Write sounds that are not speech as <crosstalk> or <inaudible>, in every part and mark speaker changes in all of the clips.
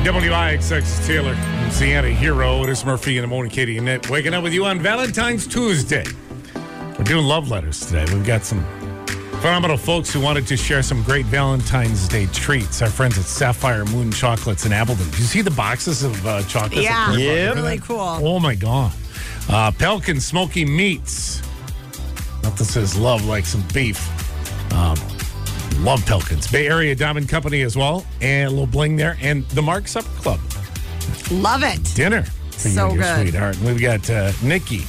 Speaker 1: WIXX Taylor and Sienna Hero. It is Murphy in the morning, Katie and Nick. Waking up with you on Valentine's Tuesday. We're doing love letters today. We've got some phenomenal folks who wanted to share some great Valentine's Day treats. Our friends at Sapphire Moon Chocolates in Appleton. Do you see the boxes of uh, chocolates?
Speaker 2: Yeah.
Speaker 1: at Kirkland?
Speaker 2: Yep.
Speaker 1: Remember
Speaker 2: Really
Speaker 1: that?
Speaker 2: cool.
Speaker 1: Oh my god. Uh, Pelkin Smoky Meats. Not that says love like some beef. Um, love Pelkins. Bay Area Diamond Company as well, and a little bling there, and the Mark Supper Club
Speaker 2: Love it.
Speaker 1: dinner for you
Speaker 2: So
Speaker 1: and your
Speaker 2: good.
Speaker 1: sweetheart. And we've got uh, Nikki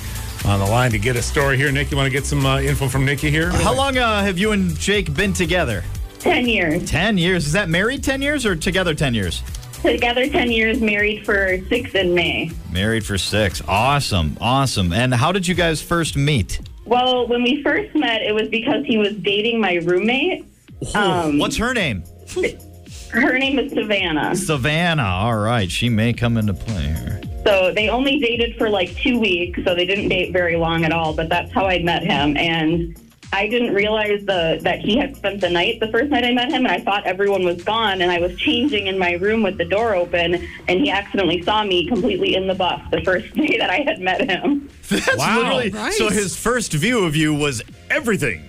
Speaker 1: on the line to get a story here. Nick, you want to get some uh, info from Nikki here?
Speaker 3: How long uh, have you and Jake been together?
Speaker 4: 10 years.
Speaker 3: 10 years. Is that married 10 years or together 10 years?
Speaker 4: Together 10 years, married for six in May.
Speaker 3: Married for six. Awesome. Awesome. And how did you guys first meet?
Speaker 4: Well, when we first met, it was because he was dating my roommate. Um,
Speaker 3: What's her name?
Speaker 4: Her name is Savannah.
Speaker 3: Savannah. All right. She may come into play here.
Speaker 4: So they only dated for like two weeks, so they didn't date very long at all, but that's how I met him. And I didn't realize the, that he had spent the night the first night I met him, and I thought everyone was gone, and I was changing in my room with the door open, and he accidentally saw me completely in the buff the first <laughs> day that I had met him.
Speaker 3: <laughs> That's
Speaker 1: Wow.
Speaker 2: Right.
Speaker 3: So his first view of you was everything.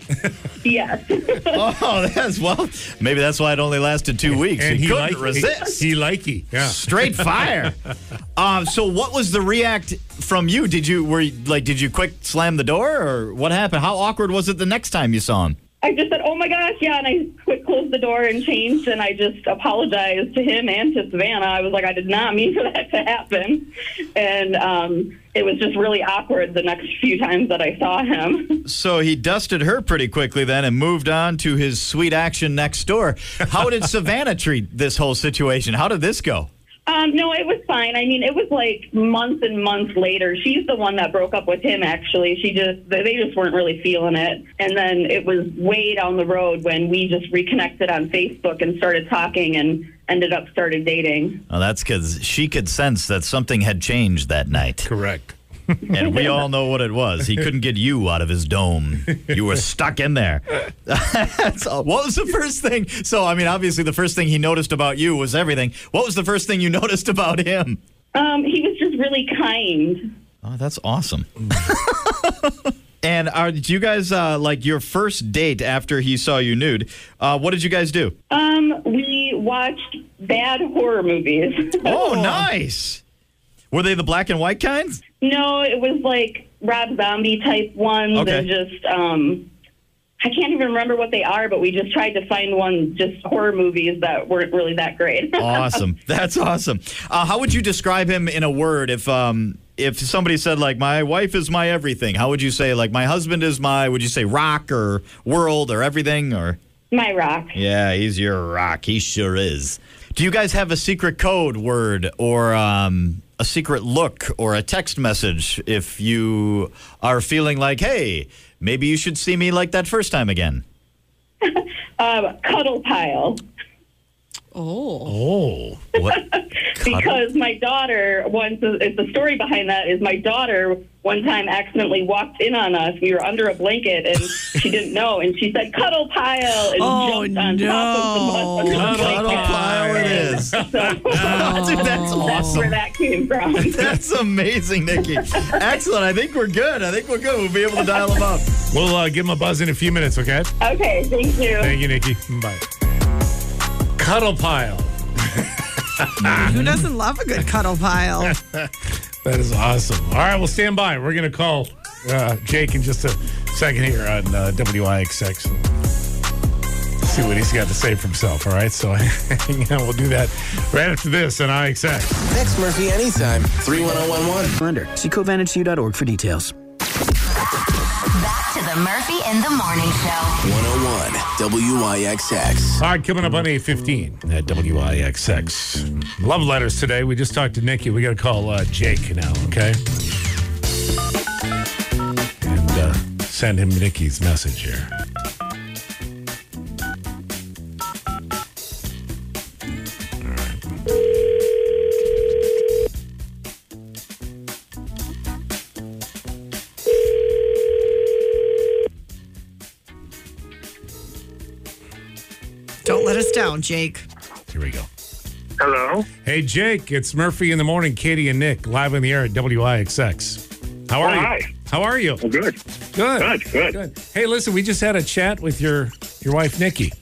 Speaker 4: Yes.
Speaker 3: <laughs> oh, that's well. Maybe that's why it only lasted two weeks. he, couldn't
Speaker 1: like-
Speaker 3: resist.
Speaker 1: He, he likey. Yeah.
Speaker 3: Straight fire. <laughs> um, so what was the react from you? Did you were you, like did you quick slam the door or what happened? How awkward was it the next time you saw him?
Speaker 4: I just said, "Oh my gosh, yeah," and I quick closed the door and changed, and I just apologized to him and to Savannah. I was like, "I did not mean <laughs> for that to happen," and um, it was just really awkward the next few times that I saw him. <laughs>
Speaker 3: So he dusted her pretty quickly then and moved on to his sweet action next door. How <laughs> did Savannah treat this whole situation? How did this go?
Speaker 4: Um, no, it was fine. I mean, it was like months and months later. She's the one that broke up with him. Actually, she just they- they just weren't really feeling it, and then it was way down the road when we just reconnected on Facebook and started talking and ended up started dating.
Speaker 3: Well, that's because she could sense that something had changed that night.
Speaker 1: Correct.
Speaker 3: And <laughs> we all know what it was. He couldn't get you out of his dome. You were stuck in there. <laughs> That's all. What was the first thing? So, I mean, obviously, the first thing he noticed about you was everything. What was the first thing you <laughs> noticed about him?
Speaker 4: Um, he was just really kind.
Speaker 3: Oh, that's awesome. <laughs> and are, did you guys, uh, like, your first date after he saw you nude, uh, what did you guys do?
Speaker 4: Um, we watched bad horror movies. <laughs>
Speaker 3: Oh, nice. Were they the black and white kinds?
Speaker 4: no, it was like Rob Zombie type ones
Speaker 3: Okay.
Speaker 4: and just um I can't even remember what they are, but we just tried to find one just horror movies that weren't really that great. <laughs>
Speaker 3: awesome. <laughs> That's awesome. Uh, how would you describe him in a word if um if somebody said like my wife is my everything? How would you say like my husband is my? Would you say rock or world or everything or?
Speaker 4: My rock.
Speaker 3: Yeah, he's your rock. He sure is. Do you guys have a secret code word or um, a secret look or a text message if you are feeling like, hey, maybe you should see me like that first time again?
Speaker 4: Um, cuddle pile.
Speaker 2: Oh.
Speaker 1: Oh.
Speaker 3: <laughs> What?
Speaker 4: Because my daughter once it's the story behind that is my daughter one time accidentally walked in on us. We were under a blanket and she didn't know and she said cuddle pile and
Speaker 2: Oh,
Speaker 4: jumped on top of the bus. <laughs> under the
Speaker 1: no.
Speaker 4: blanket.
Speaker 3: pile it
Speaker 4: <laughs>
Speaker 3: is. Dude, <laughs> that's
Speaker 4: That's where
Speaker 3: awesome.
Speaker 4: that came from. <laughs>
Speaker 3: That's amazing, Nikki. Excellent. I think we're good. I think we're good. We'll be able to dial them up.
Speaker 1: We'll uh, give him a buzz in a few minutes, okay?
Speaker 4: okay, thank you.
Speaker 1: Thank you, Nikki. Bye. Cuddle pile.
Speaker 2: Who doesn't love a good cuddle
Speaker 3: <laughs>
Speaker 2: pile?
Speaker 1: That is awesome. All right, well, stand by. We're going to call uh, Jake in just a second here on uh, WIXX and see what he's got to say for himself, all right? So <laughs> hang on. We'll do that right after this on IXX.
Speaker 5: Text Murphy anytime. 31011.
Speaker 6: Under. See covantagecu.org for details.
Speaker 7: Back to the Murphy in the Morning Show.
Speaker 5: 101 WIXX.
Speaker 1: All right, coming up on 815 at WIXX. Love letters today. We just talked to Nikki. We got to call uh, Jake now, okay? And uh, send him Nikki's message here. All right.
Speaker 2: Don't let us down, Jake.
Speaker 1: Here we go.
Speaker 8: Hello.
Speaker 1: Hey, Jake, it's Murphy in the morning. Katie and Nick live on the air at WIXX. How are
Speaker 8: Oh,
Speaker 1: you?
Speaker 8: hi.
Speaker 1: How are you?
Speaker 8: Well, good.
Speaker 1: Good.
Speaker 8: Good, good.
Speaker 1: Hey, listen, we just had a chat with your your wife Nikki.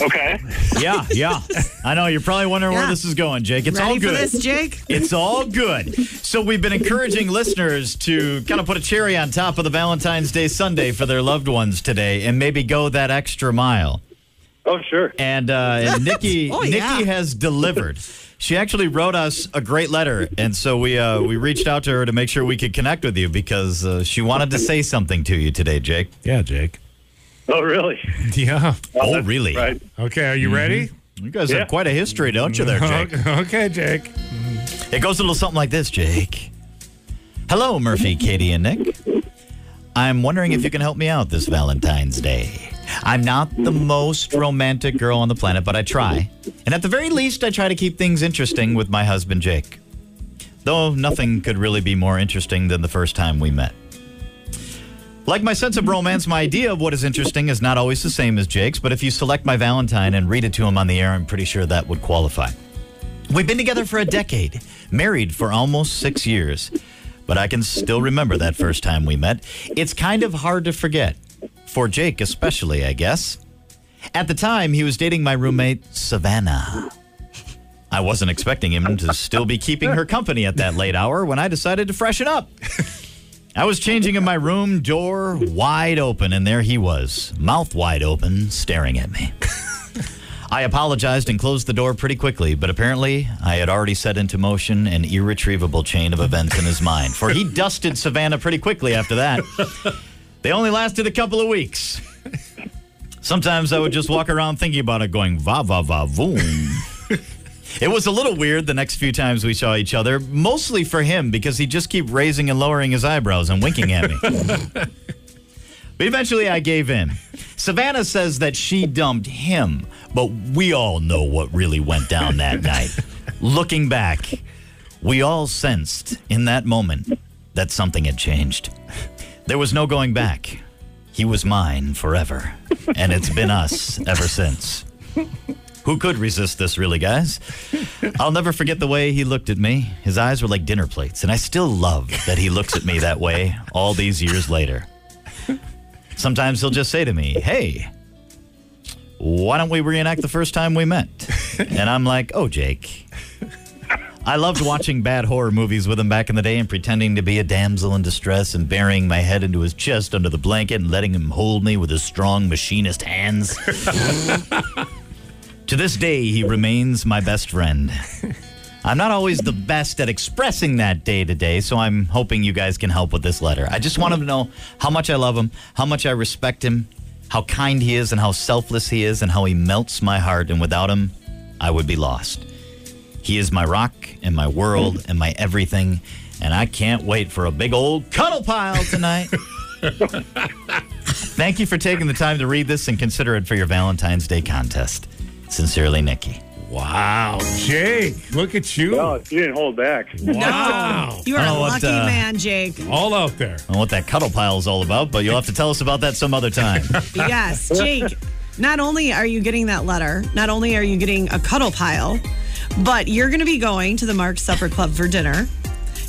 Speaker 8: Okay.
Speaker 3: Yeah, yeah. I know you're probably wondering where
Speaker 2: Yeah.
Speaker 3: this is going, Jake. It's all
Speaker 2: Ready for
Speaker 3: good.
Speaker 2: this, Jake?
Speaker 3: It's all good. So we've been encouraging listeners to kind of put a cherry on top of the Valentine's Day Sunday for their loved ones today, and maybe go that extra mile.
Speaker 8: Oh, sure.
Speaker 3: And, uh,
Speaker 8: <laughs>
Speaker 3: and Nikki,
Speaker 2: Oh,
Speaker 3: Nikki
Speaker 2: yeah.
Speaker 3: has delivered. She actually wrote us a great letter, and so we uh, we reached out to her to make sure we could connect with you because uh, she wanted to say something to you today, Jake.
Speaker 1: Yeah, Jake.
Speaker 8: Oh, really?
Speaker 1: Yeah.
Speaker 3: Oh, really?
Speaker 8: Right.
Speaker 1: Okay, are you ready?
Speaker 3: You guys
Speaker 8: Yeah.
Speaker 3: have quite a history, don't you, there, Jake?
Speaker 1: okay, Jake.
Speaker 3: It goes a little something like this, Jake. Hello, Murphy, Katie, and Nick. I'm wondering if you can help me out this Valentine's Day. I'm not the most romantic girl on the planet, but I try. And at the very least, I try to keep things interesting with my husband, Jake. Though nothing could really be more interesting than the first time we met. Like my sense of romance, my idea of what is interesting is not always the same as Jake's, but if you select my Valentine and read it to him on the air, I'm pretty sure that would qualify. We've been together for a decade, married for almost six years, but I can still remember that first time we met. It's kind of hard to forget, for Jake especially, I guess. At the time, he was dating my roommate, Savannah. I wasn't expecting him to still be keeping her company at that late hour when I decided to freshen up. I was changing in my room, door wide open, and there he was, mouth wide open, staring at me. I apologized and closed the door pretty quickly, but apparently I had already set into motion an irretrievable chain of events in his mind, for he dusted Savannah pretty quickly after that. They only lasted a couple of weeks. Sometimes I would just walk around thinking about it, going va va va voom. It was a little weird the next few times we saw each other, mostly for him because he'd just keep raising and lowering his eyebrows and winking at me. But eventually I gave in. Savannah says that she dumped him, but we all know what really went down that night. Looking back, we all sensed in that moment that something had changed. There was no going back. He was mine forever, and it's been us ever since. Who could resist this, really, guys? I'll never forget the way he looked at me. His eyes were like dinner plates, and I still love that he looks at me that way all these years later. Sometimes he'll just say to me, Hey, why don't we reenact the first time we met? And I'm like, Oh, Jake. I loved watching bad horror movies with him back in the day and pretending to be a damsel in distress and burying my head into his chest under the blanket and letting him hold me with his strong machinist hands. to this day, he remains my best friend. I'm not always the best at expressing that day to day, so I'm hoping you guys can help with this letter. I just want him to know how much I love him, how much I respect him, how kind he is, and how selfless he is, and how he melts my heart. And without him, I would be lost. He is my rock and my world and my everything, and I can't wait for a big old cuddle pile tonight. Thank you for taking the time to read this and consider it for your Valentine's Day contest. Sincerely, Nikki.
Speaker 1: Wow, Jake, look at you.
Speaker 8: Oh, you didn't hold back.
Speaker 1: Wow.
Speaker 2: You are
Speaker 3: I
Speaker 2: a
Speaker 3: don't want,
Speaker 2: lucky
Speaker 3: uh,
Speaker 2: man,
Speaker 3: <laughs>
Speaker 2: Jake.
Speaker 1: All out there.
Speaker 3: I don't know what that cuddle pile is all about, but you'll have to tell us about that some other time.
Speaker 2: Yes, Jake. Not only are you getting that letter, not only are you getting a cuddle pile, but you're going to be going to the Mark Supper Club for dinner.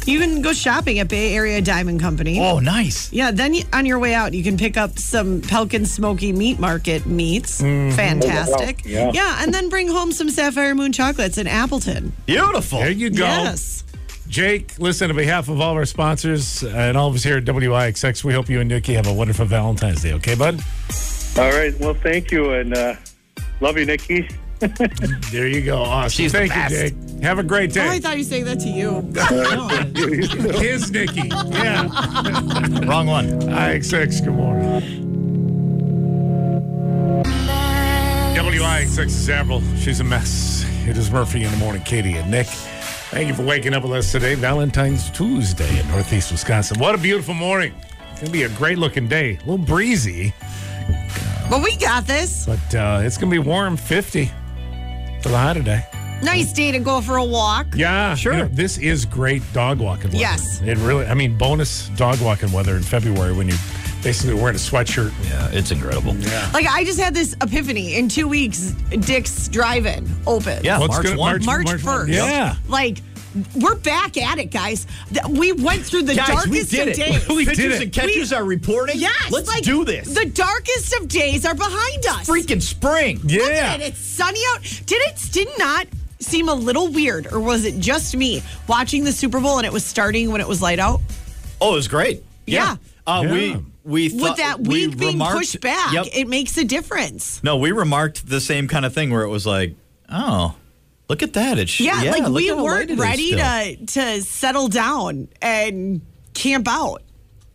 Speaker 2: You can go shopping at Bay Area Diamond Company.
Speaker 3: <laughs> oh, nice.
Speaker 2: Yeah, then you, on your way out, you can pick up some Pelican Smoky Meat Market meats.
Speaker 3: Mm-hmm.
Speaker 2: Fantastic.
Speaker 8: Oh, wow. Yeah.
Speaker 2: and then bring home some Sapphire Moon chocolates in Appleton.
Speaker 3: Beautiful.
Speaker 1: There you go.
Speaker 2: Yes.
Speaker 1: Jake, listen, on behalf of all of our sponsors and all of us here at WIXX, we hope you and Nikki have a wonderful Valentine's Day, okay, bud?
Speaker 8: All right. Well, thank you, and uh, love you, Nikki.
Speaker 1: There you go. Awesome.
Speaker 3: She's the
Speaker 1: Thank
Speaker 3: best.
Speaker 1: you, Jake. Have a great
Speaker 2: Oh, I
Speaker 1: day.
Speaker 2: thought you were saying that to you.
Speaker 1: Here's Nikki. Yeah.
Speaker 3: Wrong one.
Speaker 1: IXX, good morning. WIXX is Avril. She's a mess. It is Murphy in the morning, Katie and Nick. Thank you for waking up with us today, Valentine's Tuesday in Northeast Wisconsin. What a beautiful morning. It's going to be a great looking day. A little breezy.
Speaker 2: <laughs> But we got this.
Speaker 1: But uh, it's going to be warm 50 for the high today.
Speaker 2: Nice day to go for a walk.
Speaker 1: Yeah,
Speaker 3: Sure.
Speaker 1: you know, this is great dog walking weather.
Speaker 2: Yes.
Speaker 1: It really, I mean, bonus dog walking weather in February when you basically wearing a sweatshirt.
Speaker 3: Yeah, it's incredible. Yeah.
Speaker 2: Like I just had this epiphany. In two weeks, Dick's Drive-In opens.
Speaker 3: Yeah,
Speaker 1: What's
Speaker 3: March
Speaker 1: gonna-
Speaker 3: 1.
Speaker 2: March
Speaker 1: March
Speaker 2: first.
Speaker 3: Yeah.
Speaker 2: Like we're back at it, guys. Th- We went through the
Speaker 3: Guys,
Speaker 2: darkest
Speaker 3: we
Speaker 2: of
Speaker 3: did it.
Speaker 2: days.
Speaker 3: <laughs>
Speaker 1: We did
Speaker 3: Pitchers
Speaker 1: it.
Speaker 3: and catchers are reporting.
Speaker 2: yes.
Speaker 3: Let's
Speaker 2: like,
Speaker 3: do this.
Speaker 2: The darkest of days are behind us.
Speaker 3: freaking spring.
Speaker 2: Look at it. It's sunny out. Did it did not seem a little weird, or was it just me watching the Super Bowl and it was starting when it was light out?
Speaker 3: Oh, it was great.
Speaker 2: Yeah.
Speaker 3: Uh,
Speaker 1: Yeah.
Speaker 3: We we
Speaker 2: With
Speaker 3: thought-
Speaker 2: that
Speaker 3: we
Speaker 2: week being
Speaker 3: remarked-
Speaker 2: pushed back,
Speaker 3: Yep.
Speaker 2: it makes a difference.
Speaker 3: no, we remarked the same kind of thing where it was like, oh, look at that. It's
Speaker 2: Yeah, like
Speaker 3: look
Speaker 2: we
Speaker 3: how late it
Speaker 2: weren't
Speaker 3: is
Speaker 2: ready
Speaker 3: still.
Speaker 2: to to settle down and camp out.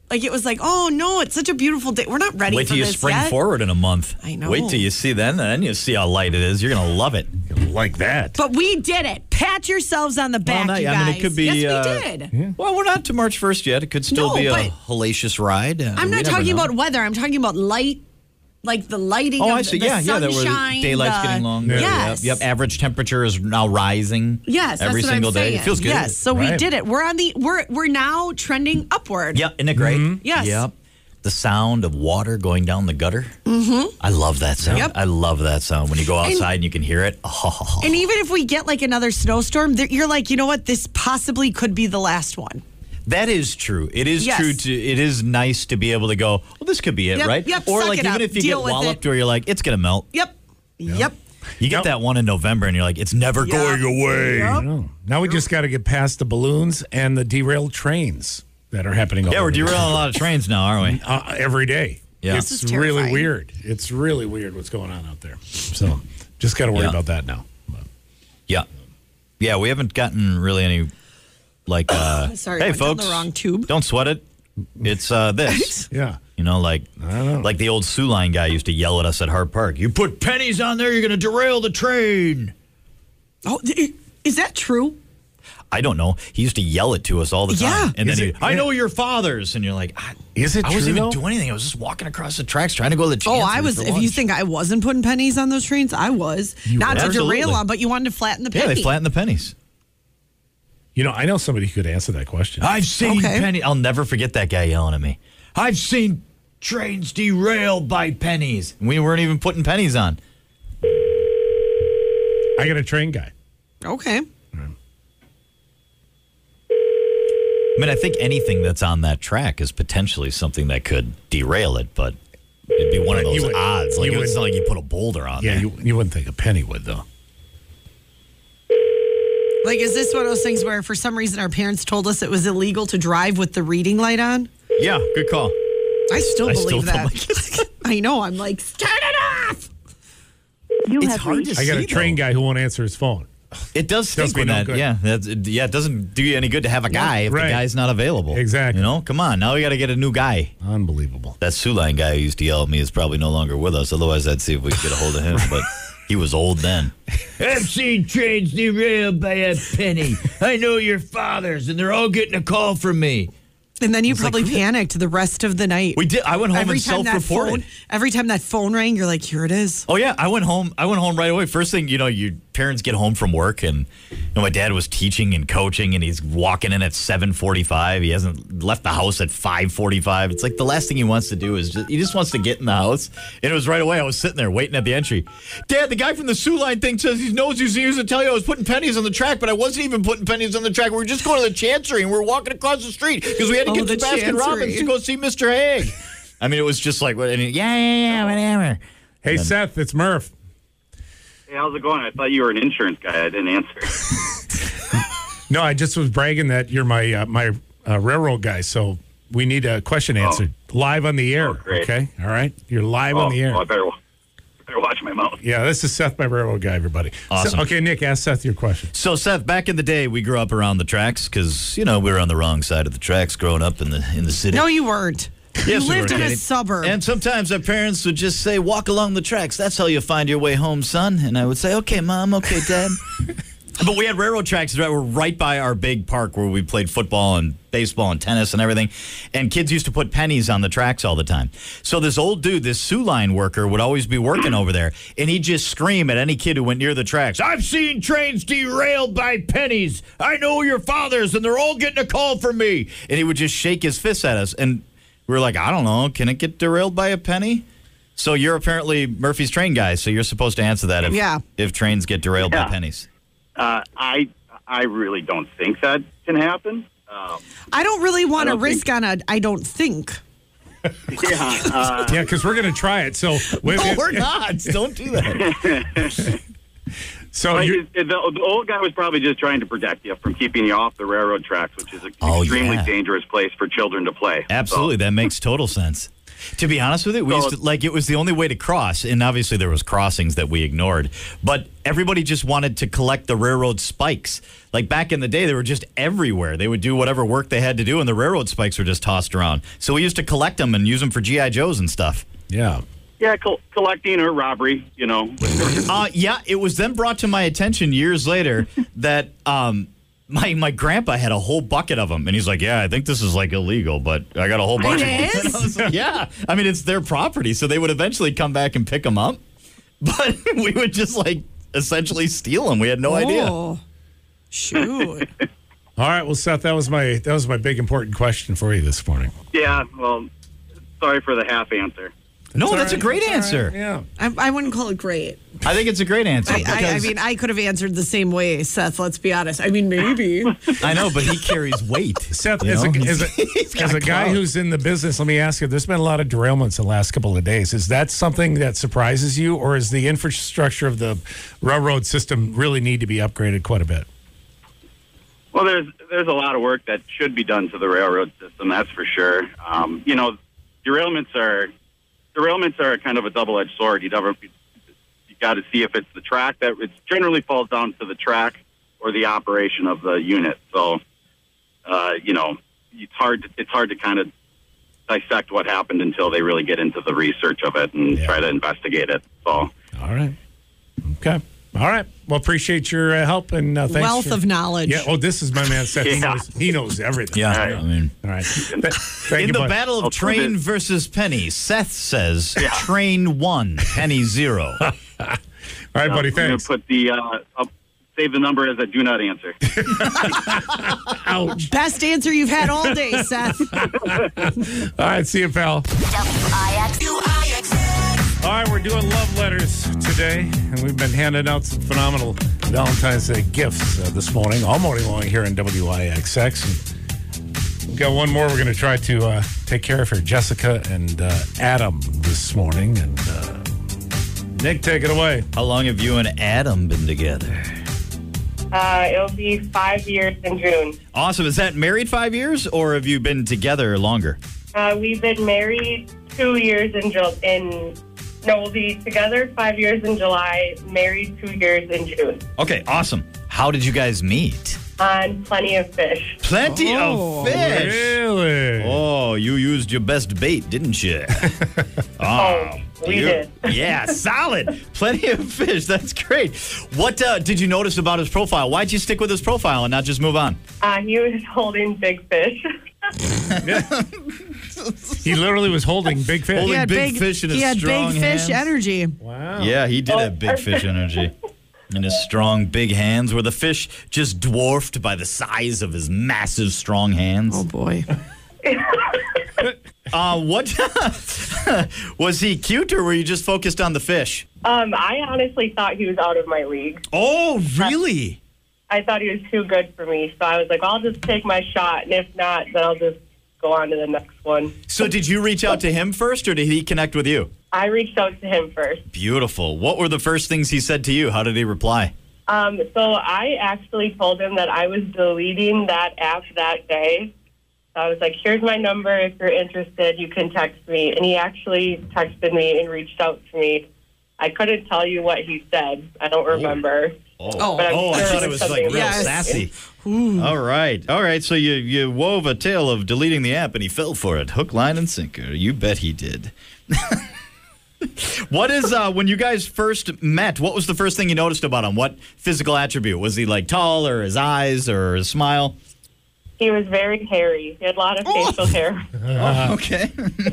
Speaker 2: Like it was like, oh no, it's such a beautiful day. We're not ready
Speaker 3: Wait
Speaker 2: for
Speaker 3: till you
Speaker 2: this
Speaker 3: spring
Speaker 2: yet.
Speaker 3: forward in a month.
Speaker 2: I know.
Speaker 3: Wait till you see that, and then you see how light it is. You're gonna love it.
Speaker 1: Like that.
Speaker 2: But we did it. Pat yourselves on the back,
Speaker 3: not-
Speaker 2: you
Speaker 3: I
Speaker 2: guys.
Speaker 3: mean, it could be,
Speaker 2: yes, we
Speaker 3: uh,
Speaker 2: did.
Speaker 3: Well, we're not to March 1st yet. It could still
Speaker 2: No,
Speaker 3: be a
Speaker 2: but-
Speaker 3: hellacious ride. Uh,
Speaker 2: I'm
Speaker 3: we
Speaker 2: not
Speaker 3: never
Speaker 2: talking
Speaker 3: know.
Speaker 2: about weather. I'm talking about light, like the lighting.
Speaker 3: Oh,
Speaker 2: of
Speaker 3: I see.
Speaker 2: The
Speaker 3: yeah, yeah. There
Speaker 2: sunshine,
Speaker 3: were daylight's
Speaker 2: the-
Speaker 3: getting longer.
Speaker 2: Yes.
Speaker 3: Yep. Yep. Average temperature is now rising.
Speaker 2: Yes,
Speaker 3: Every
Speaker 2: that's what
Speaker 3: single
Speaker 2: I'm
Speaker 3: day.
Speaker 2: Saying.
Speaker 3: It feels good.
Speaker 2: Yes, so we
Speaker 1: Right.
Speaker 2: did it. We're on the we're we're now trending upward.
Speaker 3: Yeah, isn't it great?
Speaker 2: Mm-hmm. Yes.
Speaker 3: Yep. The sound of water going down the gutter. Mm-hmm. I love that sound.
Speaker 2: Yep.
Speaker 3: I love that sound. When you go outside and, you can hear it. <laughs> Oh,
Speaker 2: And even if we get like another snowstorm, there- you're like, you know what? This possibly could be the last one.
Speaker 3: that is true. It is
Speaker 2: Yes.
Speaker 3: true. To, it is nice to be able to go, well, this could be it,
Speaker 2: Yep,
Speaker 3: right?
Speaker 2: yep,
Speaker 3: or
Speaker 2: suck
Speaker 3: like
Speaker 2: it
Speaker 3: even
Speaker 2: up.
Speaker 3: if you
Speaker 2: Deal
Speaker 3: get
Speaker 2: with
Speaker 3: walloped
Speaker 2: it.
Speaker 3: or you're like, it's going to melt.
Speaker 2: Yep. Yep.
Speaker 3: You
Speaker 1: Yep.
Speaker 3: get that one in November and you're like, it's never going away.
Speaker 1: I know. Now we just got to get past the balloons and the derailed trains that are happening. all
Speaker 3: Yeah, we're
Speaker 1: over the
Speaker 3: derailing a lot of trains now, aren't we?
Speaker 1: uh, every day.
Speaker 3: <laughs> Yeah. This
Speaker 1: It's
Speaker 2: is
Speaker 1: really
Speaker 2: terrifying.
Speaker 1: weird. It's really weird what's going on out there. So just got to worry
Speaker 3: Yeah.
Speaker 1: about that now. But
Speaker 3: Yeah. Yeah, we haven't gotten really any like
Speaker 2: <coughs>
Speaker 3: uh
Speaker 2: Sorry, I
Speaker 3: hey
Speaker 2: went down the
Speaker 3: folks,
Speaker 2: wrong tube.
Speaker 3: Don't sweat it. It's uh this.
Speaker 1: yeah.
Speaker 3: You know, like like the old Sioux Line guy used to yell at us at Hart Park. You put pennies on there, you're going to derail the train.
Speaker 2: Oh, th- is that true?
Speaker 3: I don't know. He used to yell it to us all the time.
Speaker 2: Yeah.
Speaker 3: And then
Speaker 1: Is
Speaker 3: he,
Speaker 1: it-
Speaker 3: I know your father's, and you're like, I,
Speaker 1: Is it
Speaker 3: I wasn't
Speaker 1: true,
Speaker 3: even
Speaker 1: though?
Speaker 3: doing anything. I was just walking across the tracks trying to go to the.
Speaker 2: Oh, I
Speaker 3: Chancery
Speaker 2: was.
Speaker 3: for
Speaker 2: If you
Speaker 3: lunch."
Speaker 2: think I wasn't putting pennies on those trains, I was. Not
Speaker 3: were.
Speaker 2: to derail
Speaker 3: Absolutely.
Speaker 2: on, but you wanted to flatten the
Speaker 3: yeah,
Speaker 2: penny.
Speaker 3: they flatten the pennies.
Speaker 1: You know, I know somebody who could answer that question.
Speaker 3: I've seen
Speaker 2: Okay.
Speaker 3: penny. I'll never forget that guy yelling at me. I've seen trains derailed by pennies. We weren't even putting pennies on.
Speaker 1: I got a train guy.
Speaker 2: Okay.
Speaker 3: I mean, I think anything that's on that track is potentially something that could derail it, but it'd be one of
Speaker 1: But you
Speaker 3: those
Speaker 1: would-
Speaker 3: odds. Like
Speaker 1: you
Speaker 3: it's
Speaker 1: would-
Speaker 3: not like you put a boulder on
Speaker 1: Yeah,
Speaker 3: there.
Speaker 1: you, you wouldn't think a penny would, though.
Speaker 2: Like, is this one of those things where for some reason our parents told us it was illegal to drive with the reading light on?
Speaker 3: yeah, good call.
Speaker 2: I still
Speaker 3: I
Speaker 2: believe
Speaker 3: still
Speaker 2: that.
Speaker 3: don't like
Speaker 2: <laughs> I know. I'm like, turn it off.
Speaker 3: it's hard to
Speaker 1: I got
Speaker 3: see,
Speaker 1: a train
Speaker 3: though.
Speaker 1: guy who won't answer his phone.
Speaker 3: It does
Speaker 1: Does
Speaker 3: stink
Speaker 1: me
Speaker 3: when
Speaker 1: no
Speaker 3: that.
Speaker 1: good.
Speaker 3: Yeah, that's, yeah. It doesn't do you any good to have a guy if
Speaker 1: right.
Speaker 3: the guy's not available.
Speaker 1: Exactly.
Speaker 3: You know, come on. Now we got to get a new guy.
Speaker 1: Unbelievable.
Speaker 3: That Suline guy who used to yell at me is probably no longer with us. Otherwise, I'd see if we could get a hold of him.
Speaker 2: <laughs>
Speaker 3: But he was old then. FC trains derailed by a penny. I know your fathers, and they're all getting a call from me.
Speaker 2: And then you probably panicked the rest of the night.
Speaker 3: We did. I went home
Speaker 2: every
Speaker 3: and
Speaker 2: time that
Speaker 3: self-reported.
Speaker 2: phone, every time that phone rang, you're like, here it is.
Speaker 3: Oh yeah, I went home. I went home right away. First thing, you know, your parents get home from work, and you know, my dad was teaching and coaching, and he's walking in at seven forty-five. He hasn't left the house at five forty-five. It's like the last thing he wants to do is just, he just wants to get in the house. And it was right away. I was sitting there waiting at the entry. Dad, the guy from the Sioux Line thing says he knows he's used to tell you I was putting pennies on the track, but I wasn't even putting pennies on the track. We were just going to the Chancery, and we were walking across the street because we had to
Speaker 2: Oh,
Speaker 3: get
Speaker 2: the
Speaker 3: to Baskin Robbins
Speaker 2: Chancery.
Speaker 3: to go see Mr. Haig. I mean, it was just like, what- and he, yeah, yeah, yeah, whatever.
Speaker 1: Hey, Seth, it's Murph.
Speaker 9: Hey, how's it going? I thought you were an insurance guy. I didn't
Speaker 1: <laughs>
Speaker 9: answer.
Speaker 1: No, I just was bragging that you're my uh, my uh, railroad guy, so we need a question answered live on the air.
Speaker 9: Oh. great.
Speaker 1: okay, all right, you're live
Speaker 9: oh,
Speaker 1: on the air.
Speaker 9: oh, I better, wa- better watch my mouth.
Speaker 1: Yeah, this is Seth, my railroad guy, everybody.
Speaker 3: Awesome.
Speaker 1: So- okay, Nick, ask Seth your question.
Speaker 3: So, Seth, back in the day, we grew up around the tracks because you know we were on the wrong side of the tracks growing up in the in the city.
Speaker 2: No, you weren't.
Speaker 3: Yes,
Speaker 2: you
Speaker 3: we
Speaker 2: lived
Speaker 3: were.
Speaker 2: in a
Speaker 3: And-
Speaker 2: suburb.
Speaker 3: and sometimes our parents would just say, "Walk along the tracks. That's how you find your way home, son." And I would say, "Okay, mom. Okay,
Speaker 2: <laughs>
Speaker 3: dad." but we had railroad tracks that were right by our big park where we played football and baseball and tennis and everything. And kids used to put pennies on the tracks all the time. So this old dude, this Sioux Line worker, would always be working over there, and he'd just scream at any kid who went near the tracks. I've seen trains derailed by pennies. I know your fathers, and they're all getting a call from me. And he would just shake his fist at us and. we were like, I don't know, can it get derailed by a penny? So you're apparently Murphy's train guy, so you're supposed to answer that if
Speaker 2: Yeah.
Speaker 3: if trains get derailed
Speaker 9: Yeah.
Speaker 3: by pennies.
Speaker 9: Uh, I I really don't think that can
Speaker 1: <laughs>
Speaker 9: happen. Um,
Speaker 2: I don't really want
Speaker 9: I
Speaker 2: to
Speaker 9: don't
Speaker 2: risk on a. I don't think.
Speaker 9: yeah, uh, Oh,
Speaker 1: Yeah, because we're going to try it.
Speaker 9: <laughs>
Speaker 1: So, wait,
Speaker 3: No, we're <laughs> not. Don't do that.
Speaker 1: so
Speaker 9: but
Speaker 1: you,
Speaker 9: it- it- the, the old guy was probably just trying to protect you from keeping you off the railroad tracks, which is an
Speaker 3: Oh,
Speaker 9: extremely
Speaker 3: yeah.
Speaker 9: dangerous place for children to play.
Speaker 3: Absolutely, that makes total sense. To be honest with you, we
Speaker 9: So-
Speaker 3: used to, like it was the only way to cross, and obviously there was crossings that we ignored. But everybody just wanted to collect the railroad spikes. Like back in the day, they were just everywhere. They would do whatever work they had to do, and the railroad spikes were just tossed around. So we used to collect them and use them for GI Joes and stuff.
Speaker 1: yeah.
Speaker 9: Yeah, col- collecting or robbery,
Speaker 1: <laughs>
Speaker 9: you know.
Speaker 3: Uh, yeah, it was then brought to my attention
Speaker 2: <laughs>
Speaker 3: years later that um, my my grandpa had a whole bucket of them, and he's like, "Yeah, I think this is like illegal, but I got a whole bunch."
Speaker 2: It is?
Speaker 3: of them. And <laughs> I was like, yeah, I mean it's their property, so they would eventually come back and pick them up, <laughs> but we would just like essentially steal them. We had no idea.
Speaker 2: Oh,
Speaker 3: <laughs>
Speaker 2: shoot.
Speaker 1: All right. Well, Seth, that was my that was my big important question for you this morning.
Speaker 9: yeah, well, sorry for the half answer.
Speaker 3: No,
Speaker 1: It's all
Speaker 3: that's
Speaker 1: right,
Speaker 3: a great
Speaker 1: it's all right,
Speaker 3: answer.
Speaker 1: Yeah.
Speaker 2: I, I wouldn't call it great.
Speaker 3: I think it's a great answer.
Speaker 2: I, I, I
Speaker 3: because-
Speaker 2: mean, I could have answered the same way, Seth. Let's be honest. I mean,
Speaker 3: <laughs>
Speaker 2: maybe.
Speaker 3: I know,
Speaker 2: <laughs>
Speaker 3: but he carries weight.
Speaker 1: Seth,
Speaker 3: you
Speaker 1: as a,
Speaker 3: know?
Speaker 1: as
Speaker 3: <laughs> He's
Speaker 1: a,
Speaker 3: got
Speaker 1: as a guy
Speaker 3: clout.
Speaker 1: who's in the business, let me ask you there's been a lot of derailments the last couple of days. Is that something that surprises you, or is the infrastructure of the railroad system really need to be upgraded quite a bit?
Speaker 9: Well, there's there's a lot of work that should be done to the railroad system. That's for sure. Um, you know, derailments are derailments are kind of a double edged sword. You never you got to see if it's the track that it generally falls down to the track or the operation of the unit. So, uh, you know, it's hard to, it's hard to kind of dissect what happened until they really get into the research of it and
Speaker 1: Yeah.
Speaker 9: try to investigate it. So. uh,
Speaker 1: All right. Okay. All right. Well, appreciate your uh, help and uh, thanks.
Speaker 2: Wealth
Speaker 1: for-
Speaker 2: of knowledge.
Speaker 1: Yeah. Oh, this is my man, Seth. He,
Speaker 9: Yeah.
Speaker 1: knows, he knows everything.
Speaker 3: Yeah,
Speaker 9: All right.
Speaker 3: I mean.
Speaker 1: All right. Th- thank
Speaker 3: In
Speaker 1: you,
Speaker 3: the
Speaker 1: bud.
Speaker 3: battle of
Speaker 9: I'll prove
Speaker 3: train
Speaker 9: it.
Speaker 3: versus penny, Seth says train one, penny zero.
Speaker 1: All right, buddy.
Speaker 9: I'm gonna
Speaker 1: Thanks.
Speaker 9: put the uh, I'll save the number as I do not answer.
Speaker 1: Ouch.
Speaker 2: Best answer you've had all
Speaker 3: <laughs>
Speaker 2: day, Seth.
Speaker 1: All right. See you, pal.
Speaker 7: WIX.
Speaker 1: All right, we're doing love letters today, and we've been handing out some phenomenal Valentine's Day gifts uh, this morning, all morning long here in WIXX. And we've got one more we're going to try to uh, take care of for Jessica and uh, Adam this morning. And uh, Nick, take it away.
Speaker 3: How long have you and Adam been together?
Speaker 4: Uh, it'll be five years in June.
Speaker 3: Awesome. Is that married five years or have you been together longer?
Speaker 4: Uh, we've been married two years in Ju- in no, we'll be together five years in July, married two years in June.
Speaker 3: Okay, awesome. How did you guys meet?
Speaker 4: On plenty of fish.
Speaker 3: Plenty
Speaker 2: Oh.
Speaker 3: of fish.
Speaker 1: Really?
Speaker 3: Oh, you used your best bait, didn't you? Ah,
Speaker 4: Oh, we
Speaker 3: You-
Speaker 4: did.
Speaker 3: yeah, solid. Plenty of fish. That's great. What uh, did you notice about his profile? Why'd you stick with his profile and not just move on?
Speaker 4: Uh, he was <laughs> holding big fish. <laughs>
Speaker 1: He literally was holding big fish.
Speaker 3: Holding-
Speaker 2: He had
Speaker 3: big
Speaker 2: big
Speaker 3: fish in
Speaker 2: he
Speaker 3: his
Speaker 2: had
Speaker 3: strong
Speaker 2: big fish
Speaker 3: hands.
Speaker 2: energy.
Speaker 1: Wow.
Speaker 3: Yeah, he did have big fish energy. And his strong, big hands were the fish just dwarfed by the size of his massive, strong hands.
Speaker 2: Oh, boy.
Speaker 3: Uh, what <laughs> was he cute, or were you just focused on the fish?
Speaker 4: Um, I honestly thought he was out of my league.
Speaker 3: Oh, really?
Speaker 4: I thought he was too good for me, so I was like, I'll just take my shot, and if not, then I'll just go on to the next one.
Speaker 3: So, did you reach out to him first, or did he connect with you?
Speaker 4: I reached out to him first.
Speaker 3: Beautiful. What were the first things he said to you? How did he reply?
Speaker 4: Um, so I actually told him that I was deleting that app that day. So I was like, here's my number. If you're interested, you can text me. And he actually texted me and reached out to me. I couldn't tell you what he said. I don't remember.
Speaker 3: Oh,
Speaker 4: But I'm
Speaker 3: oh I
Speaker 4: sure
Speaker 3: thought
Speaker 4: it
Speaker 3: it
Speaker 4: was
Speaker 3: was like
Speaker 4: something
Speaker 3: real
Speaker 2: Yes.
Speaker 3: sassy. All right, all right. So you you wove a tale of deleting the app, and he fell for it, hook, line, and sinker. You bet he did. <laughs> what is uh, when you guys first met? What was the first thing you noticed about him? What physical attribute was he like? Tall, or his eyes, or his smile?
Speaker 4: He was very hairy. He had a lot of
Speaker 3: Oh.
Speaker 4: facial hair. <laughs>
Speaker 3: Okay. <laughs>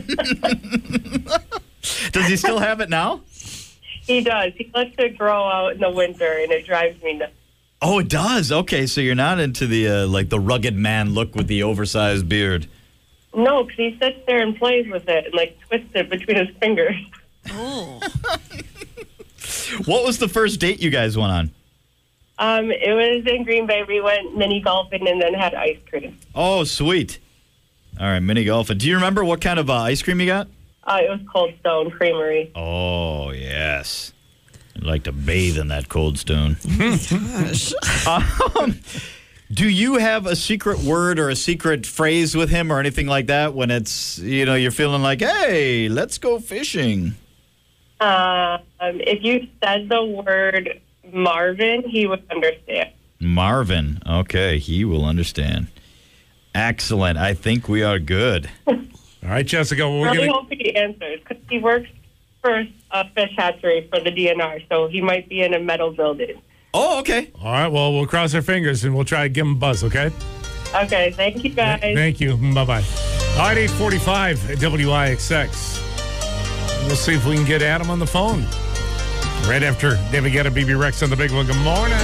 Speaker 3: Does he still have it now?
Speaker 4: He does. He lets it grow out in the winter, and it drives me nuts.
Speaker 3: Oh, it does. Okay, so you're not into the uh, like the rugged man look with the oversized beard.
Speaker 10: No, because he sits there and plays with it and like twists it between
Speaker 4: <laughs>
Speaker 10: his fingers.
Speaker 2: Oh.
Speaker 3: What was the first date you guys went on?
Speaker 10: Um, it was in Green Bay. We went mini golfing and then had ice cream.
Speaker 3: Oh, sweet. All right, mini golf. Do you remember what kind of uh, ice cream you got?
Speaker 10: Uh, it was Cold Stone Creamery.
Speaker 3: Oh, yes. I'd like to bathe in that cold stone. Um,
Speaker 2: Gosh.
Speaker 3: Do you have a secret word or a secret phrase with him or anything like that when it's, you know, you're feeling like, hey, let's go fishing?
Speaker 10: Uh, um, if you said the word Marvin, he would understand.
Speaker 3: Marvin. Okay, he will understand. Excellent. I think we are good.
Speaker 1: All right, Jessica, well,
Speaker 10: I
Speaker 1: we're
Speaker 10: really
Speaker 1: going to.
Speaker 10: hope he answers because he works for a fish hatchery for the DNR, so he might be in a metal building.
Speaker 3: Oh, okay.
Speaker 1: All right, well, we'll cross our fingers and we'll try to give him a buzz, okay?
Speaker 10: Okay, thank you guys.
Speaker 1: Thank you. Bye bye. All right, 845 at WIXX. We'll see if we can get Adam on the phone. Right after Davigetta BB Rex on the big one. Good morning.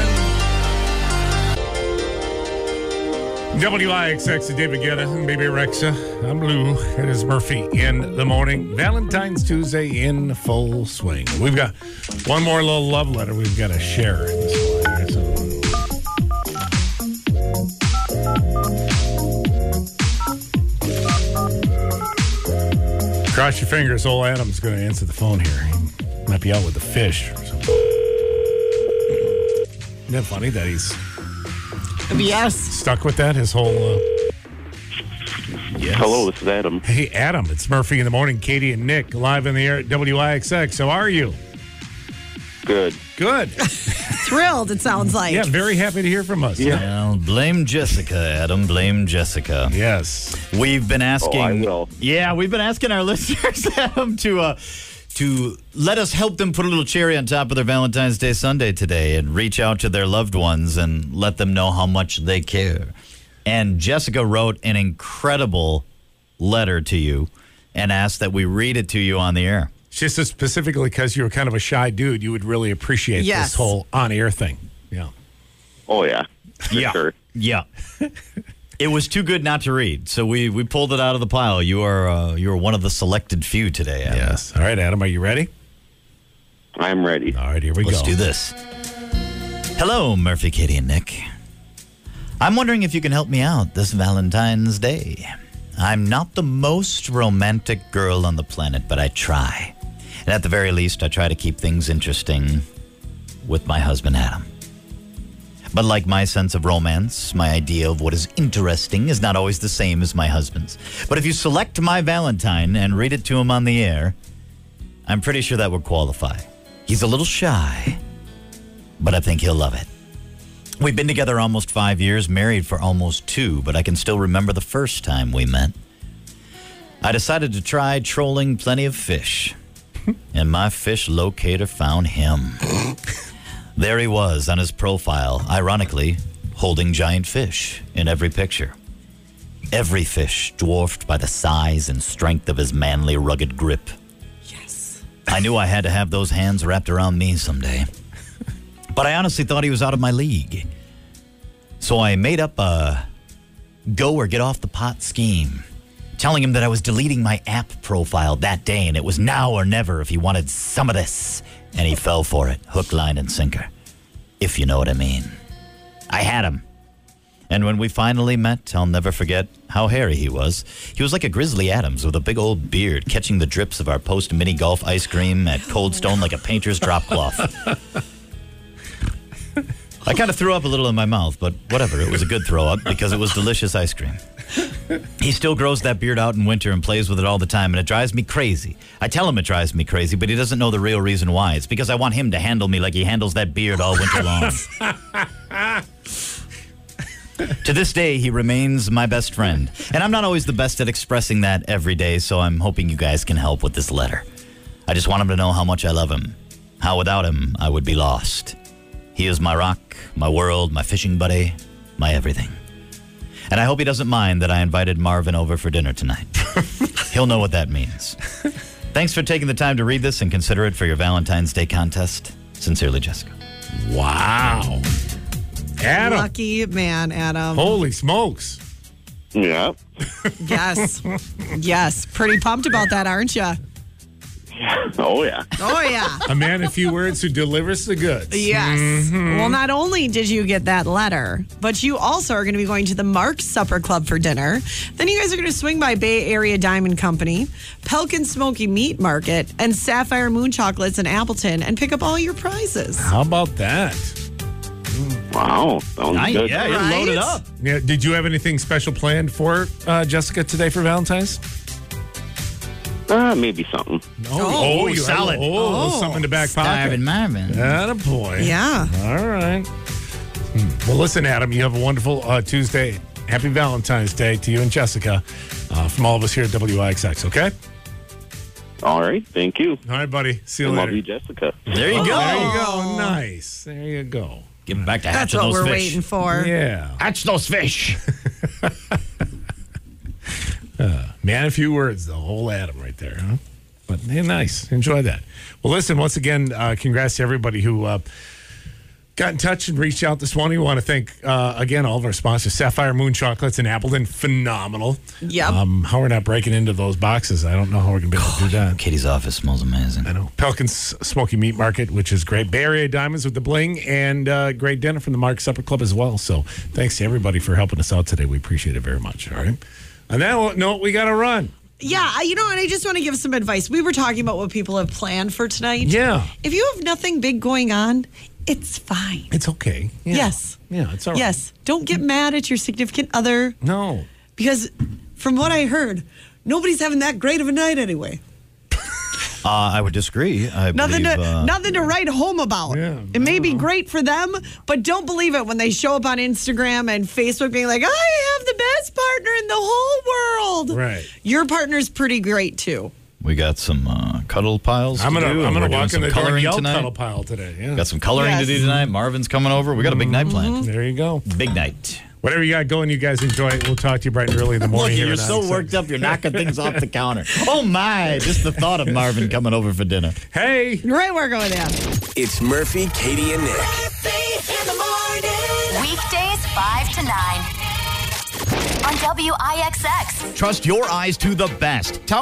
Speaker 1: WIXX and David Guetta and Baby Rexa. uh, I'm Lou. It is Murphy in the morning. Valentine's Tuesday in full swing. We've got one more little love letter we've got to share in this morning. It's- Cross your fingers, old Adam's going to answer the phone here. He might be out with the fish or something. Isn't that funny that he's
Speaker 2: Yes.
Speaker 1: stuck with that his whole. Uh... Yes.
Speaker 9: Hello, this is Adam.
Speaker 1: Hey, Adam, it's Murphy in the morning. Katie and Nick live in the air at WIXX. How are you?
Speaker 9: Good.
Speaker 1: Good.
Speaker 2: Thrilled, it sounds like.
Speaker 1: Yeah, very happy to hear from us.
Speaker 9: Yeah.
Speaker 3: Well, blame Jessica, Adam. Blame Jessica.
Speaker 1: Yes.
Speaker 3: We've been asking.
Speaker 9: Oh, I will.
Speaker 3: Yeah, we've been asking our <laughs> listeners, Adam, to uh, to let us help them put a little cherry on top of their Valentine's Day Sunday today, and reach out to their loved ones and let them know how much they care. And Jessica wrote an incredible letter to you, and asked that we read it to you on the air.
Speaker 1: She says specifically because you were kind of a shy dude, you would really appreciate
Speaker 2: Yes.
Speaker 1: this whole on air thing. Yeah.
Speaker 9: Oh yeah. For
Speaker 3: Yeah.
Speaker 9: Sure.
Speaker 3: Yeah. <laughs> It was too good not to read, so we, we pulled it out of the pile. You are uh, you are one of the selected few today. Adam.
Speaker 1: Yes. All right, Adam, are you ready?
Speaker 9: I'm ready.
Speaker 1: All right, here we
Speaker 3: Let's
Speaker 1: go.
Speaker 3: do this. Hello, Murphy, Katie, and Nick. I'm wondering if you can help me out this Valentine's Day. I'm not the most romantic girl on the planet, but I try. And at the very least, I try to keep things interesting with my husband, Adam. But like my sense of romance, my idea of what is interesting is not always the same as my husband's. But if you select my Valentine and read it to him on the air, I'm pretty sure that would qualify. He's a little shy, but I think he'll love it. We've been together almost five years, married for almost two, but I can still remember the first time we met. I decided to try trolling plenty of fish, and my fish locator found him. there he was on his profile, ironically, holding giant fish in every picture. Every fish dwarfed by the size and strength of his manly, rugged grip. I knew I had to have those hands wrapped around me someday. But I honestly thought he was out of my league. So I made up a go or get off the pot scheme, telling him that I was deleting my app profile that day and it was now or never if he wanted some of this. And he fell for it hook, line, and sinker. If you know what I mean. I had him. And when we finally met, I'll never forget how hairy he was. He was like a Grizzly Adams with a big old beard, catching the drips of our post mini golf ice cream at Cold Stone like a painter's drop cloth. I kind of threw up a little in my mouth, but whatever. It was a good throw up because it was delicious ice cream. He still grows that beard out in winter and plays with it all the time, and it drives me crazy. I tell him it drives me crazy, but he doesn't know the real reason why. It's because I want him to handle me like he handles that beard all winter long. To this day, he remains my best friend. And I'm not always the best at expressing that every day, so I'm hoping you guys can help with this letter. I just want him to know how much I love him, how without him, I would be lost. He is my rock, my world, my fishing buddy, my everything. And I hope he doesn't mind that I invited Marvin over for dinner tonight. He'll know what that means. Thanks for taking the time to read this and consider it for your Valentine's Day contest. Sincerely, Jessica.
Speaker 1: Wow. Adam.
Speaker 2: Lucky man, Adam.
Speaker 1: Holy smokes.
Speaker 9: Yeah.
Speaker 2: Yes. yes. Pretty pumped about that, aren't you?
Speaker 9: Oh, yeah.
Speaker 2: Oh, yeah.
Speaker 1: A man, a few words, who delivers the goods.
Speaker 2: Yes. Well, not only did you get that letter, but you also are going to be going to the Mark Supper Club for dinner. Then you guys are going to swing by Bay Area Diamond Company, Pelican Smoky Meat Market, and Sapphire Moon Chocolates in Appleton and pick up all your prizes.
Speaker 1: How about that?
Speaker 9: Wow. Sounds
Speaker 3: Nice.
Speaker 9: good.
Speaker 3: Yeah, you're
Speaker 2: Right?
Speaker 3: loaded up.
Speaker 1: Yeah, did you have anything special planned for uh, Jessica today for Valentine's?
Speaker 9: Uh, maybe something.
Speaker 1: No.
Speaker 2: Oh,
Speaker 1: you
Speaker 3: solid.
Speaker 1: Oh,
Speaker 2: Oh.
Speaker 1: something to back pocket.
Speaker 3: Marvin.
Speaker 1: Atta boy.
Speaker 2: Yeah.
Speaker 1: All right. Hmm. Well, listen, Adam, you have a wonderful uh, Tuesday. Happy Valentine's Day to you and Jessica uh, from all of us here at WIXX, okay?
Speaker 9: All right. Thank you.
Speaker 1: All right, buddy. See you
Speaker 9: I love
Speaker 1: later.
Speaker 9: you, Jessica.
Speaker 3: There you go.
Speaker 1: There
Speaker 2: Oh.
Speaker 1: you go. Nice. There you go.
Speaker 3: Give him back to
Speaker 2: That's
Speaker 3: hatching
Speaker 2: what
Speaker 3: those
Speaker 2: we're
Speaker 3: fish.
Speaker 2: waiting for.
Speaker 1: Yeah.
Speaker 3: Hatch those <laughs> fish.
Speaker 1: Man, a few words, the whole Adam right there, huh? But hey, nice. Enjoy that. Well, listen, once again, uh, congrats to everybody who uh, got in touch and reached out this morning. We want to thank, uh, again, all of our sponsors Sapphire Moon Chocolates and Appleton. Phenomenal.
Speaker 2: Yep.
Speaker 1: Um, how we're not breaking into those boxes, I don't know how we're going to be able to do that.
Speaker 3: Kitty's office smells amazing.
Speaker 1: I know. Pelican's Smoky Meat Market, which is great. Bay Area Diamonds with the bling and uh, great dinner from the Mark Supper Club as well. So thanks to everybody for helping us out today. We appreciate it very much. All right. On that note, we got to run.
Speaker 2: Yeah, I- you know, and I just want to give some advice. We were talking about what people have planned for tonight.
Speaker 1: Yeah.
Speaker 2: If you have nothing big going on, it's fine.
Speaker 1: It's okay. Yeah.
Speaker 2: Yes.
Speaker 1: Yeah, it's all right.
Speaker 2: Yes. Don't get mad at your significant other
Speaker 1: No.
Speaker 2: because, from what I heard, nobody's having that great of a night anyway.
Speaker 3: Uh, I would disagree. I
Speaker 2: Nothing
Speaker 3: believe,
Speaker 2: to
Speaker 3: uh,
Speaker 2: nothing to write home about.
Speaker 1: Yeah, Uh-huh.
Speaker 2: it may be great for them, but don't believe it when they show up on Instagram and Facebook being like, "I have the best partner in the whole world."
Speaker 1: Right.
Speaker 2: Your partner's pretty great too.
Speaker 3: We got some uh, cuddle piles.
Speaker 1: I'm
Speaker 3: to
Speaker 1: gonna
Speaker 3: do, and
Speaker 1: I'm
Speaker 3: we're
Speaker 1: gonna
Speaker 3: doing
Speaker 1: walk in
Speaker 3: some
Speaker 1: the door and
Speaker 3: coloring
Speaker 1: yell
Speaker 3: tonight.
Speaker 1: cuddle pile today. Yeah.
Speaker 3: Got some coloring to do
Speaker 2: Yes.
Speaker 3: tonight. Marvin's coming over. We got a big night planned.
Speaker 1: there you go.
Speaker 3: Big night.
Speaker 1: Whatever you got going, you guys enjoy it. We'll talk to you bright and early in the morning.
Speaker 3: Look,
Speaker 1: here
Speaker 3: you're
Speaker 1: at
Speaker 3: so
Speaker 1: 96.
Speaker 3: worked up, you're knocking things off the counter. Oh my! Just the thought of Marvin coming over for dinner.
Speaker 1: Hey.
Speaker 2: Right where we're going down.
Speaker 5: It's Murphy, Katie, and Nick.
Speaker 7: Weekdays 5 to 9 on WIXX.
Speaker 3: Trust your eyes to the best. Tower